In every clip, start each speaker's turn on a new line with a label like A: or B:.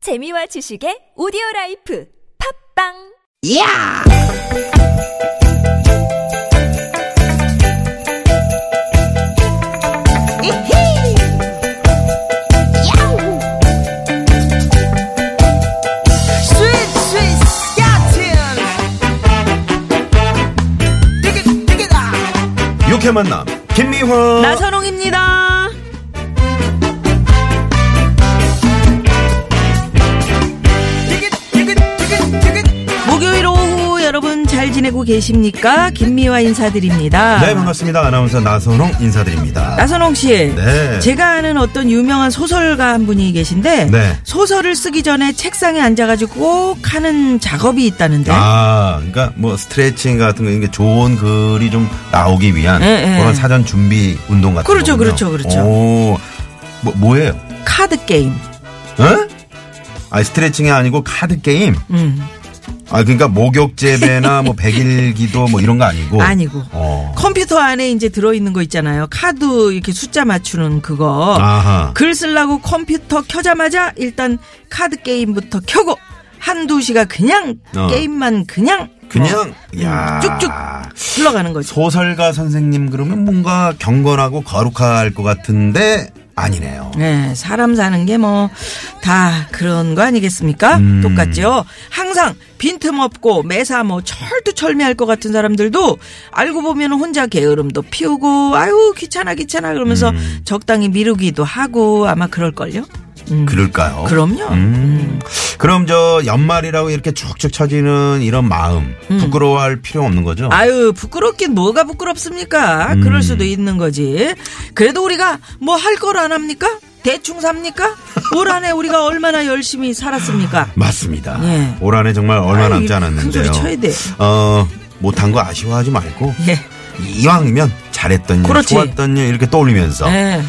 A: 재미와 지식의 오디오 라이프 팝빵!
B: 야! 이히! 야우! 스윗 스윗 야틴! 디귿 디귿아!
C: 육회 만남 김미화
D: 나선홍입니다.
B: 디귿 디귿 디귿 디귿
D: 목요일 오후 여러분 잘 지내고 계십니까? 김미화 인사드립니다.
C: 네 반갑습니다 아나운서 나선홍 인사드립니다
D: 나선홍 씨,
C: 네.
D: 제가 아는 어떤 유명한 소설가 한 분이 계신데
C: 네.
D: 소설을 쓰기 전에 책상에 앉아가지고 꼭 하는 작업이 있다는데.
C: 아 그러니까 뭐 스트레칭 같은 거 이게 좋은 글이 좀 나오기 위한
D: 예, 예.
C: 그런 사전 준비 운동 같은
D: 그렇죠,
C: 거군요.
D: 그렇죠, 그렇죠.
C: 오, 뭐 뭐예요?
D: 카드 게임.
C: 응? 아 스트레칭이 아니고 카드 게임.
D: 음.
C: 아 그러니까 목욕 재배나 뭐 백일기도 뭐 이런 거 아니고.
D: 아니고.
C: 어.
D: 컴퓨터 안에 이제 들어있는 거 있잖아요. 카드 이렇게 숫자 맞추는 그거.
C: 아하.
D: 글 쓰려고 컴퓨터 켜자마자 일단 카드 게임부터 켜고 한두 시가 그냥
C: 어.
D: 게임만 그냥
C: 그냥
D: 뭐,
C: 야.
D: 음, 쭉쭉 흘러가는 거죠.
C: 소설가 선생님 그러면 뭔가 경건하고 거룩할 것 같은데 아니네요.
D: 네, 사람 사는 게 뭐 다 그런 거 아니겠습니까?
C: 음.
D: 똑같죠. 항상 빈틈없고 매사 뭐 철두철미할 것 같은 사람들도 알고 보면 혼자 게으름도 피우고 아유 귀찮아 귀찮아 그러면서
C: 음.
D: 적당히 미루기도 하고 아마 그럴걸요. 음.
C: 그럴까요?
D: 그럼요.
C: 어? 음. 그럼 저 연말이라고 이렇게 쭉쭉 쳐지는 이런 마음 부끄러워할 필요 없는 거죠?
D: 아유 부끄럽긴 뭐가 부끄럽습니까?
C: 음.
D: 그럴 수도 있는 거지. 그래도 우리가 뭐 할 걸 안 합니까? 대충 삽니까? 올 한해 우리가 얼마나 열심히 살았습니까?
C: 맞습니다.
D: 예.
C: 올 한해 정말 얼마
D: 아유,
C: 남지
D: 큰
C: 않았는데요.
D: 소리 쳐야 돼.
C: 어, 못한 거 아쉬워하지 말고
D: 예.
C: 이왕이면 잘했던 일,
D: 그렇지.
C: 좋았던 일 이렇게 떠올리면서
D: 예.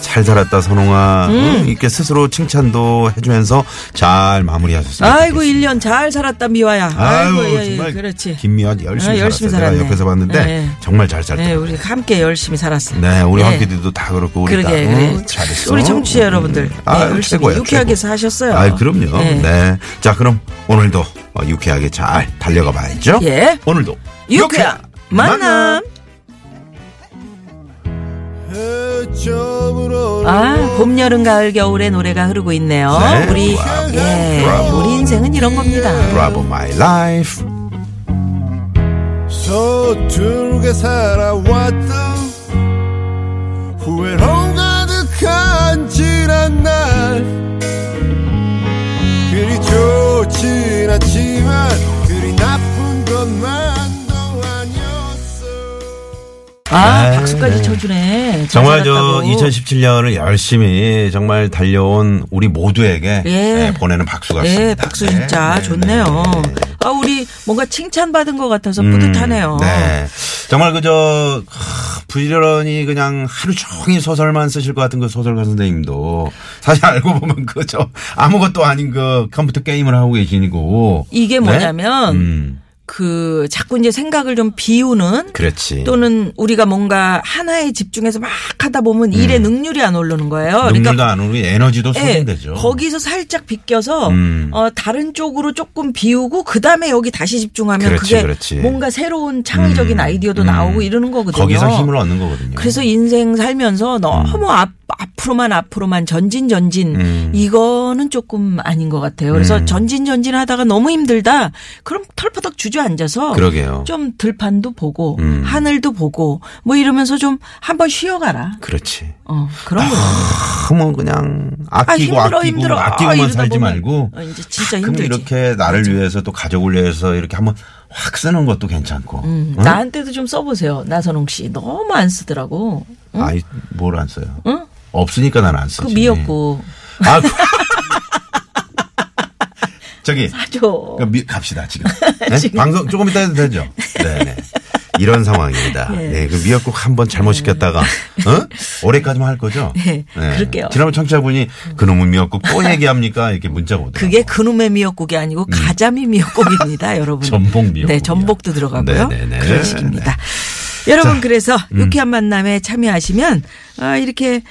C: 잘 살았다 선홍아
D: 음.
C: 응? 이렇게 스스로 칭찬도 해주면서 잘 마무리하셨습니다.
D: 아이고 1년 잘 살았다 미화야.
C: 아유,
D: 예, 예,
C: 정말
D: 그렇지.
C: 김미화 열심히,
D: 아, 열심히
C: 살았어요.
D: 살았네.
C: 내가 옆에서 봤는데
D: 예.
C: 정말 잘 살았다.
D: 네, 우리 함께 열심히 살았어.
C: 네, 우리
D: 예.
C: 학교들도 다 그렇고 우리 다
D: 그러게,
C: 응,
D: 그래.
C: 잘했어.
D: 우리 청취자 여러분들.
C: 아,
D: 네, 열심히
C: 최고야.
D: 유쾌하게
C: 최고.
D: 사셨어요.
C: 아, 그럼요.
D: 네.
C: 네. 자, 그럼 오늘도 어, 유쾌하게 잘 달려가 봐야죠.
D: 예.
C: 오늘도
D: 유쾌한 만남. 아, 봄, 여름, 가을, 겨울의 노래가 흐르고 있네요.
C: 네.
D: 우리,
C: 브라보.
D: 예,
C: 브라보.
D: 우리 인생은 이런 겁니다.
C: 브라보 마이 라이프.
E: 서투르게 살아왔던 후회로 가득한 지난 날 그리 좋진 않지만 그리 나쁜 것만도 아니었어
D: 아,
C: 네,
D: 박수까지
C: 네.
D: 쳐주네. 잘
C: 정말 저
D: 살았다고.
C: 2017년을 열심히 정말 달려온 우리 모두에게
D: 예.
C: 네, 보내는 박수 같습니다.
D: 예, 박수
C: 네,
D: 진짜
C: 네,
D: 좋네요.
C: 네, 네.
D: 아, 우리 뭔가 칭찬받은 것 같아서
C: 음,
D: 뿌듯하네요.
C: 네. 정말 그저 하, 부지런히 그냥 하루 종일 소설만 쓰실 것 같은 그 소설가 선생님도 사실 알고 보면 그저 아무것도 아닌 그 컴퓨터 게임을 하고 계시고 네?
D: 이게 뭐냐면
C: 음,
D: 그 자꾸 이제 생각을 좀 비우는
C: 그렇지.
D: 또는 우리가 뭔가 하나에 집중해서 막 하다 보면 일의 능률이 안 오르는 거예요.
C: 음.
D: 그러니까
C: 능률도 안 오르고 에너지도
D: 예,
C: 소진되죠.
D: 거기서 살짝 비껴서
C: 음.
D: 어, 다른 쪽으로 조금 비우고 그 다음에 여기 다시 집중하면
C: 그렇지,
D: 게
C: 그렇지.
D: 뭔가 새로운 창의적인
C: 음,
D: 아이디어도
C: 음.
D: 나오고 이러는 거거든요.
C: 거기서 힘을 얻는 거거든요.
D: 그래서 인생 살면서 너무 앞, 앞으로만 앞으로만 전진 전진
C: 음.
D: 이거는 조금 아닌 것 같아요. 그래서
C: 음.
D: 전진 전진 하다가 너무 힘들다. 그럼 털퍼덕 주저앉아서
C: 그러게요.
D: 좀 들판도 보고
C: 음.
D: 하늘도 보고 뭐 이러면서 좀 한번 쉬어가라.
C: 그렇지.
D: 어 그런 거.
C: 너무 그냥 아, 아끼고
D: 힘들어,
C: 아끼고
D: 힘들어. 아,
C: 아끼고만
D: 이러다
C: 살지
D: 보면,
C: 말고
D: 어, 이제 진짜
C: 가끔
D: 힘들지.
C: 이렇게 나를 위해서 또 가족을 위해서 이렇게 한번 확 쓰는 것도 괜찮고.
D: 음,
C: 응?
D: 나한테도 좀 써보세요. 나선홍 씨 너무 안 쓰더라고.
C: 아이 뭘 안 써요? 없으니까 난 안
D: 그
C: 쓰지.
D: 미역국
C: 아, 그- 저기
D: 하죠.
C: 그 미- 갑시다 지금. 네? 방송 조금 이따 해도 되죠? 네네. 이런 상황입니다. 네, 그 미역국 한번 잘못 시켰다가 어? 올해까지만 할 거죠?
D: 네, 그럴게요.
C: 지난번 청취자분이 그놈은 미역국 또 얘기합니까? 이렇게 문자 오더라고요.
D: 그게 그놈의 미역국이 아니고 가자미 미역국입니다, 여러분.
C: 음. 전복 미역국이요.
D: 네, 전복도 들어가고요.
C: 네네네. 네. 음.
D: 그런 식입니다. 여러분 그래서 유쾌한 만남에 참여하시면 아, 이렇게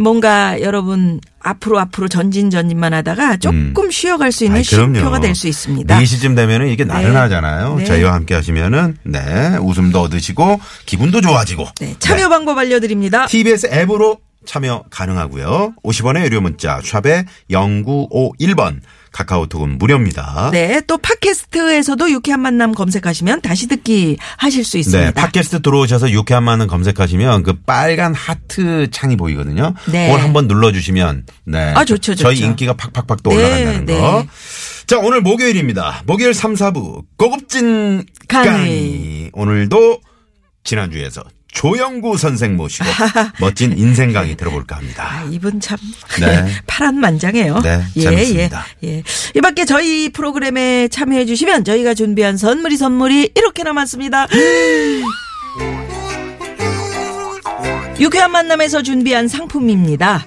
D: 뭔가 여러분 앞으로 앞으로 전진전진만 하다가 조금 쉬어갈 수 있는
C: 음. 아이, 그럼요.
D: 쉼표가 될 수 있습니다.
C: 4시쯤 되면은 이게 나른하잖아요.
D: 네.
C: 저희와 함께 하시면은, 네, 웃음도 얻으시고, 기분도 좋아지고.
D: 네, 참여 방법 알려드립니다.
C: TBS 앱으로 참여 가능하고요. 50원의 유료 문자 샵에 0951번 카카오톡은 무료입니다.
D: 네, 또 팟캐스트에서도 유쾌한 만남 검색하시면 다시 듣기 하실 수 있습니다.
C: 네, 팟캐스트 들어오셔서 유쾌한 만은 검색하시면 그 빨간 하트 창이 보이거든요.
D: 네.
C: 그걸 한번 눌러주시면 네.
D: 아, 좋죠,
C: 저희
D: 좋죠.
C: 인기가 팍팍팍 또
D: 네,
C: 올라간다는 거.
D: 네.
C: 자, 오늘 목요일입니다. 목요일 3, 4부 고급진
D: 강의.
C: 강의. 오늘도 지난주에서 조영구 선생 모시고 멋진 인생 강의 들어볼까 합니다.
D: 아, 이분 참
C: 네.
D: 파란만장해요.
C: 네, 재밌습니다.
D: 예, 예. 이 밖에 저희 프로그램에 참여해 주시면 저희가 준비한 선물이 선물이 이렇게 남았습니다. 유쾌한 만남에서 준비한 상품입니다.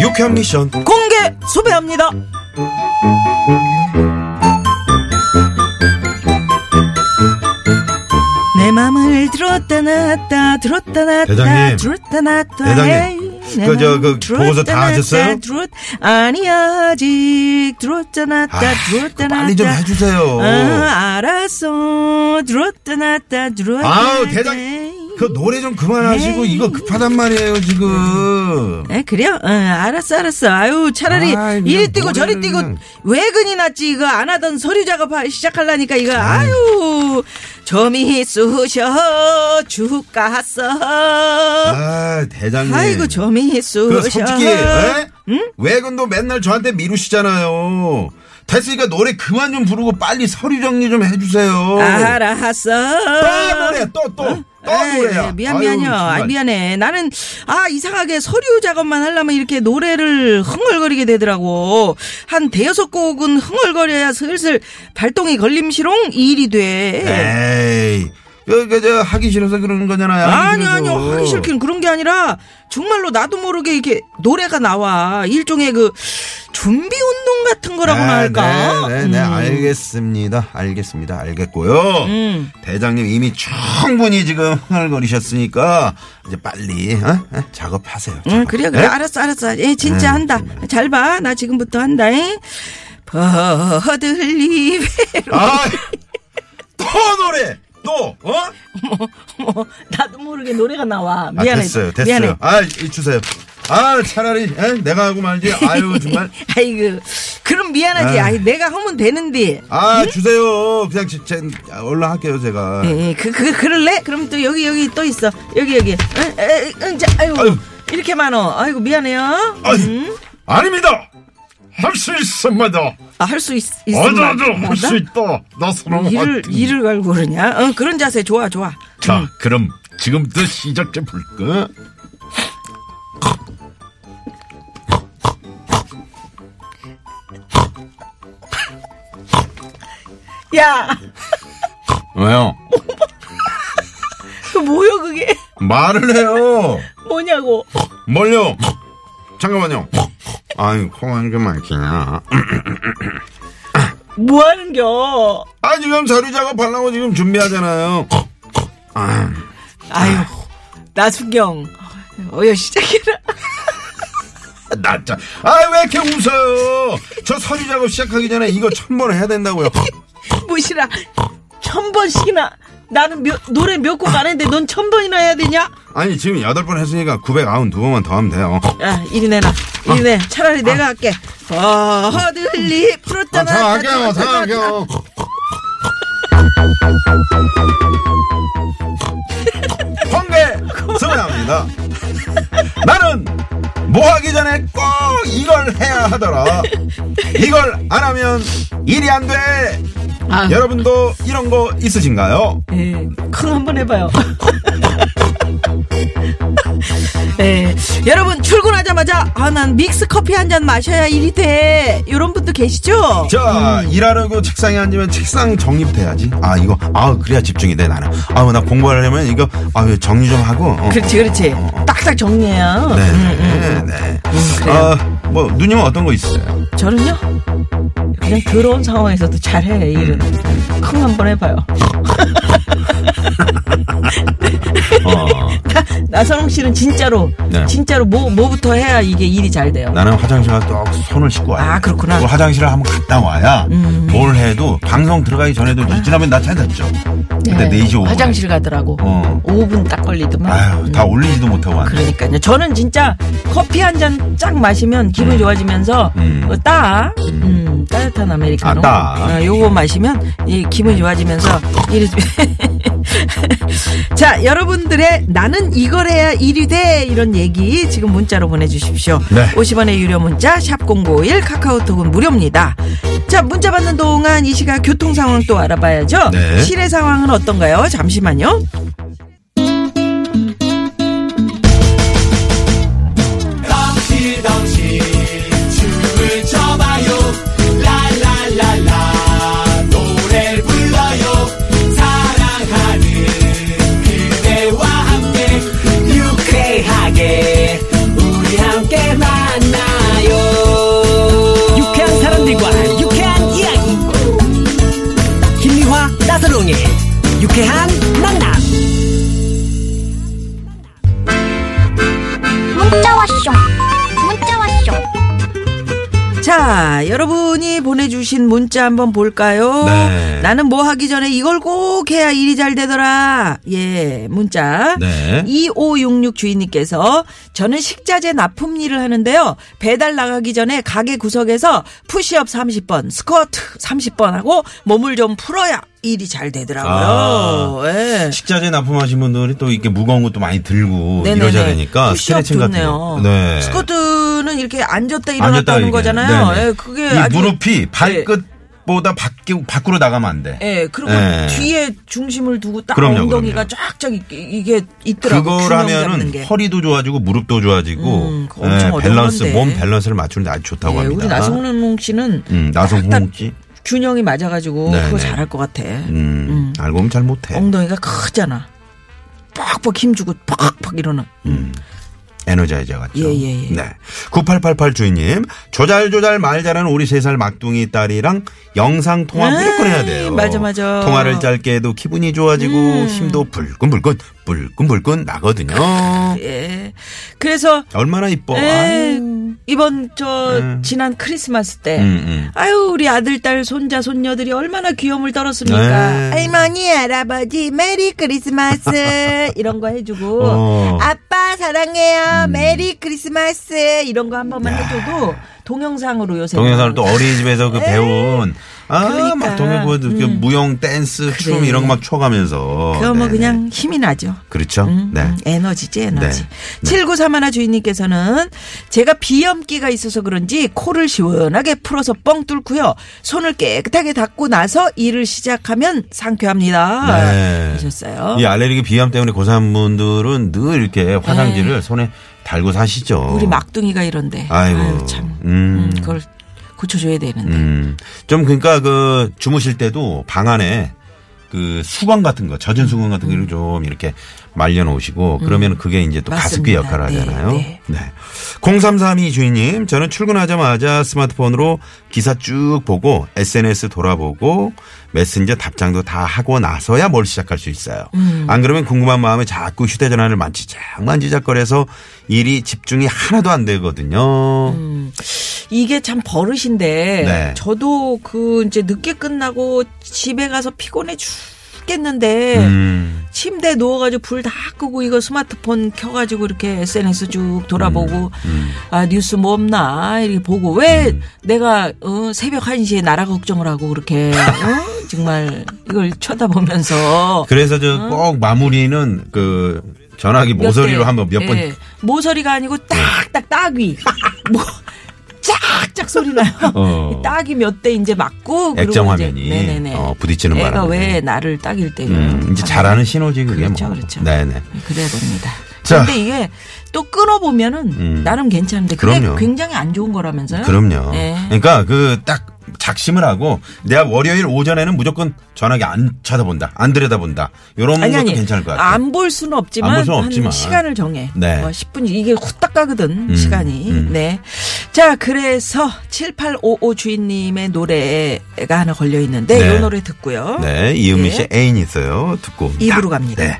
C: 유쾌한 미션
D: 공개 수배합니다 내 마음을 들었다 놨다 들었다 놨다
C: 대장님.
D: 들었다 놨다
C: 대장님.
D: 에이, 내
C: 그, 저,
D: 마음을
C: 그
D: 들었다
C: 보고서 다
D: 놨다
C: 하셨어요?
D: 들었, 아니 아직 들었다 놨다
C: 아,
D: 들었다 놨다
C: 빨리 좀 해주세요.
D: 아, 알았어 들었다 놨다 들었다
C: 아우
D: 놨다.
C: 대장 그 노래 좀 그만하시고
D: 네.
C: 이거 급하단 말이에요 지금
D: 에 그래요? 응, 알았어, 알았어. 아유, 차라리
C: 아이, 그냥
D: 이리 뛰고 저리
C: 머리를
D: 뛰고
C: 그냥.
D: 외근이 낫지. 이거 안 하던 서류 작업 시작하려니까 이거 아유, 점이 쑤셔 죽갔어.
C: 아 대장님
D: 아이고, 아. 점이
C: 그
D: 쑤셔.
C: 솔직히 에? 외근도 맨날 저한테 미루시잖아요 됐으니까 노래 그만 좀 부르고 빨리 서류 정리 좀 해주세요
D: 알았어.
C: 또 노래 또또또
D: 어? 에이,
C: 노래야
D: 미안
C: 아유,
D: 미안요. 아,
C: 정말.
D: 미안해. 나는 아 이상하게 서류 작업만 하려면 이렇게 노래를 흥얼거리게 되더라고. 한 대여섯 곡은 흥얼거려야 슬슬 발동이 걸림시롱 이 일이 돼.
C: 에이 그저 하기 싫어서 그런 거잖아요 하기
D: 아니 아니요
C: 싫어서.
D: 하기 싫긴 그런 게 아니라 정말로 나도 모르게 이렇게 노래가 나와 일종의 그 준비 운동 같은 거라고나 할까?
C: 네, 네네
D: 음.
C: 알겠습니다 알겠습니다 알겠고요
D: 음.
C: 대장님 이미 충분히 지금 흥얼거리셨으니까 이제 빨리 어? 어? 작업하세요
D: 응, 음, 그래, 그래.
C: 네? 음.
D: 알았어, 알았어. 예, 진짜 한다. 잘 봐. 나 지금부터 한다. 잉? 버들리 베로.
C: 아또 노래 또 어?
D: 어머, 뭐, 나도 모르게 노래가 나와.
C: 아,
D: 미안해.
C: 됐어요 됐어요
D: 미안해.
C: 아 이 주세요 아 차라리 에? 내가 하고 말지 아유 정말
D: 아이고. 그럼 미안하지.
C: 아.
D: 아이, 내가 하면 되는데.
C: 아 주세요 그냥 제, 제, 얼른 할게요 제가
D: 예, 예, 그, 그, 그럴래? 그럼 또 여기, 여기 또 있어. 여기, 여기. 응, 에, 응, 자, 아이고.
C: 아유.
D: 이렇게 많어. 아이고, 미안해요.
C: 아니, 아닙니다. 할 수 있습니다.
D: 아, 할 수 있,
E: 어디
D: 있으면
E: 어디 할수 있다. 나 사람
D: 일을,
C: 아,
E: 같은.
D: 일을 갈고 그러냐? 응, 그런 자세 좋아, 좋아.
E: 자, 그럼 지금부터 시작해 볼까?
D: 야,
C: 왜요?
D: 그 뭐야, 그게?
C: 말을 해요.
D: 뭐냐고.
C: 뭘요? 잠깐만요. 아유, 코가 이렇게 막히냐.
D: 뭐 하는겨?
C: 아 지금 서류 작업 하려고 지금 준비하잖아요.
D: 아유, 나순경. 어여 시작해라.
C: 나짜. 아왜 이렇게 웃어요? 저 서류 작업 시작하기 전에 이거 천 번 해야 된다고요.
D: 무시라. 천 번씩이나. 나는 몇- 노래 몇 곡 안 했는데 넌 천 번이나 해야 되냐?
C: 아니 지금 여덟 번 했으니까 992번만 더 하면 돼요.
D: 야, 이리 내놔.
C: 어.
D: 이리 내. 차라리 내가 할게. 어, 허들리
C: 아,
D: 풀었잖아.
C: 상하게요, 상하게요. 공개 소개합니다. 나는 뭐 하기 전에 꼭 이걸 해야 하더라. 이걸 안 하면 일이 안 돼.
D: 아.
C: 여러분도 이런 거 있으신가요?
D: 예, 콩 한번 해봐요. 예, 여러분 출근하자마자 아 난 믹스 커피 한 잔 마셔야 일이 돼 이런 분도 계시죠?
C: 자
D: 음.
C: 일하려고 책상에 앉으면 책상 정립돼야지. 아 이거 아 그래야 집중이 돼 나는. 아우 나 공부하려면 이거 아 정리 좀 하고. 어.
D: 그렇지 그렇지 음, 딱딱 정리해요.
C: 네, 네, 네.
D: 음, 그래요.
C: 아, 뭐 누님은 어떤 거 있으세요?
D: 저는요 그냥 더러운 상황에서도 잘해 일은
C: 음.
D: 콩 한번 해봐요.
C: 어.
D: 나- 나선홍 씨는 진짜로
C: 네.
D: 진짜로 뭐 뭐부터 해야 이게 일이 잘 돼요.
C: 나는 화장실 가서 꼭 손을 씻고 와요.
D: 아, 그렇구나. 음,
C: 그리고 화장실을 한번 갔다 와야 뭘 해도 방송 들어가기 전에도 이지나면나 찾았죠. 근데
D: 네,
C: 4시 5분.
D: 화장실 가더라고.
C: 어.
D: 5분 딱 걸리더만.
C: 아유, 다 올리지도 못하고 왔네.
D: 그러니까요. 저는 진짜 커피 한 잔 쫙 마시면 기분 좋아지면서
C: 음.
D: 어, 따, 음, 따뜻한 아메리카노.
C: 아, 따.
D: 어, 요거 마시면 이 기분 좋아지면서 일이 자 여러분들의 나는 이걸 해야 일이 돼 이런 얘기 지금 문자로 보내주십시오.
C: 네.
D: 50원의 유료 문자 샵 #051 카카오톡은 무료입니다. 자 문자 받는 동안 이 시각 교통 상황 또 알아봐야죠.
C: 네.
D: 실외 상황은 어떤가요? 잠시만요.
F: 유쾌한 사람들과 유쾌한 이야기 김미화 나서롱의 유쾌한 만남
G: 문자 왔쇼 문자 왔쇼
D: 자, 여러분이 보내주신 문자 한번 볼까요?
C: 네.
D: 나는 뭐 하기 전에 이걸 꼭 해야 일이 잘 되더라. 예, 문자.
C: 네.
D: 2566 주인님께서 저는 식자재 납품 일을 하는데요. 배달 나가기 전에 가게 구석에서 푸시업 30번, 스쿼트 30번 하고 몸을 좀 풀어야 일이 잘
C: 아.
D: 되더라고요. 예.
C: 식자재 납품하신 분들이 또 이렇게 무거운 것도 많이 들고
D: 네네네.
C: 이러셔야 되니까
D: 푸시업
C: 스트레칭 같은
D: 좋네요.
C: 거. 네.
D: 스쿼트는 이렇게
C: 앉았다
D: 앉았다 일어났다는
C: 이게.
D: 거잖아요.
C: 네네.
D: 예, 그게
C: 이
D: 아주 네.
C: 무릎이 발끝보다 밖에 밖으로 나가면 안 돼.
D: 예, 그리고
C: 예.
D: 뒤에 중심을 두고 딱
C: 그럼요,
D: 엉덩이가
C: 그럼요.
D: 쫙쫙 이- 이게 있더라고.
C: 그걸
D: 균형 잡는
C: 하면은
D: 게.
C: 허리도 좋아지고 무릎도 좋아지고 예,
D: 음, 그거 엄청 어려운
C: 밸런스
D: 건데.
C: 몸 밸런스를 맞추는데 아주 좋다고
D: 예,
C: 합니다.
D: 우리 아, 나성훈 씨는
C: 음, 나성
D: 딱
C: 홍지.
D: 균형이 맞아가지고
C: 네,
D: 그거
C: 네.
D: 잘할 것 같아.
C: 음, 네. 알고 보면 잘 못해.
D: 엉덩이가 크잖아. 빡빡 힘주고 빡빡 일어나.
C: 에너자이저 같죠.
D: 예, 예, 예.
C: 네. 9888 주인님, 조잘조잘 말 잘하는 우리 세 살 막둥이 딸이랑 영상 통화
D: 에이,
C: 무조건 해야 돼요.
D: 아, 맞아, 음. 맞아.
C: 통화를 짧게 해도 기분이 좋아지고 힘도 불끈불끈, 불끈불끈 나거든요.
D: 예. 그래서
C: 얼마나 이뻐.
D: 예,
C: 어, 아유.
D: 이번 저
C: 음.
D: 지난 크리스마스 때
C: 음, 음.
D: 아유 우리 아들 딸 손자 손녀들이 얼마나 귀염을 떨었습니까
C: 네.
D: 할머니 할아버지 메리 크리스마스 이런 거 해주고
C: 어. 음.
D: 아빠 사랑해요 메리 크리스마스 이런 거 한 번만 해줘도 동영상으로 요새
C: 동영상을 또 어린이집에서 그 배운 아,
D: 그러니까.
C: 막 동영 그 무용 댄스 춤 이런 거 막 춰가면서
D: 그거 뭐
C: 네네.
D: 그냥 힘이 나죠
C: 그렇죠.
D: 음,
C: 네.
D: 음, 에너지지 에너지.
C: 네.
D: 7931 주인님께서는 제가 비염기가 있어서 그런지 코를 시원하게 풀어서 뻥 뚫고요. 손을 깨끗하게 닦고 나서 일을 시작하면 상쾌합니다.
C: 네.
D: 하셨어요.
C: 이 알레르기 비염 때문에 고산 분들은 늘 이렇게 화장지를 손에 달고 사시죠.
D: 네. 우리 막둥이가 이런데.
C: 아이고.
D: 아유, 참.
C: 음.
D: 음, 그걸 고쳐줘야 되는데.
C: 음. 좀 그러니까 그 주무실 때도 방 안에 그 수건 같은 거 젖은 수건 같은 거를 좀 이렇게 말려 놓으시고 그러면 그게 이제 또 가습기
D: 음. 맞습니다.
C: 역할을
D: 네,
C: 하잖아요.
D: 네.
C: 네. 0332 주인님, 저는 출근하자마자 스마트폰으로 기사 쭉 보고 SNS 돌아보고 메신저 답장도 다 하고 나서야 뭘 시작할 수 있어요.
D: 음.
C: 안 그러면 궁금한 마음에 자꾸 휴대전화를 만지작 만지작거려서 일이 집중이 하나도 안 되거든요.
D: 음. 이게 참 버릇인데
C: 네.
D: 저도 그 이제 늦게 끝나고 집에 가서 피곤해 죽겠는데
C: 음.
D: 침대에 누워가지고 불 다 끄고 이거 스마트폰 켜가지고 이렇게 SNS 쭉
C: 음,
D: 돌아보고 아 뉴스 뭐 없나 이렇게 보고 왜 내가 어, 새벽 1시에 나라 걱정을 하고 그렇게 어? 정말 이걸 쳐다보면서
C: 그래서 저 꼭 마무리는 그 전화기
D: 어? 몇
C: 모서리로
D: 대.
C: 한번 몇 번
D: 예. 모서리가 아니고 딱딱 따귀 뭐 짝짝 소리 나요.
C: 어.
D: 이 딱이 몇 대 이제 맞고 그리고
C: 액정
D: 이제
C: 화면이
D: 네네네.
C: 어, 부딪히는
D: 애가
C: 바람에.
D: 왜 나를 딱일 때
C: 음, 이제 잘하는 신호지 그게
D: 그렇죠,
C: 뭐.
D: 그렇죠.
C: 네네.
D: 그래 봅니다.
C: 자.
D: 근데 이게 또 끊어보면은
C: 음.
D: 나름 괜찮은데 그게
C: 그럼요.
D: 굉장히 안 좋은 거라면서요?
C: 그럼요.
D: 예.
C: 그러니까 그 딱 작심을 하고 내가 월요일 오전에는 무조건 전화기 안 쳐다본다, 안 들여다본다. 이런
D: 아니
C: 것도
D: 아니
C: 음, 괜찮을 것 같아요.
D: 안 볼 수는 없지만,
C: 안볼 수는 없지만.
D: 한 시간을 정해
C: 네.
D: 뭐 10분 이게 후딱 가거든
C: 음,
D: 시간이
C: 음.
D: 네자 그래서 7855 주인님의 노래가 하나 걸려 있는데
C: 네.
D: 이 노래 듣고요
C: 네, 이은미
D: 예.
C: 씨의 애인 있어요. 듣고 옵니다.
D: 입으로 갑니다.
C: 네.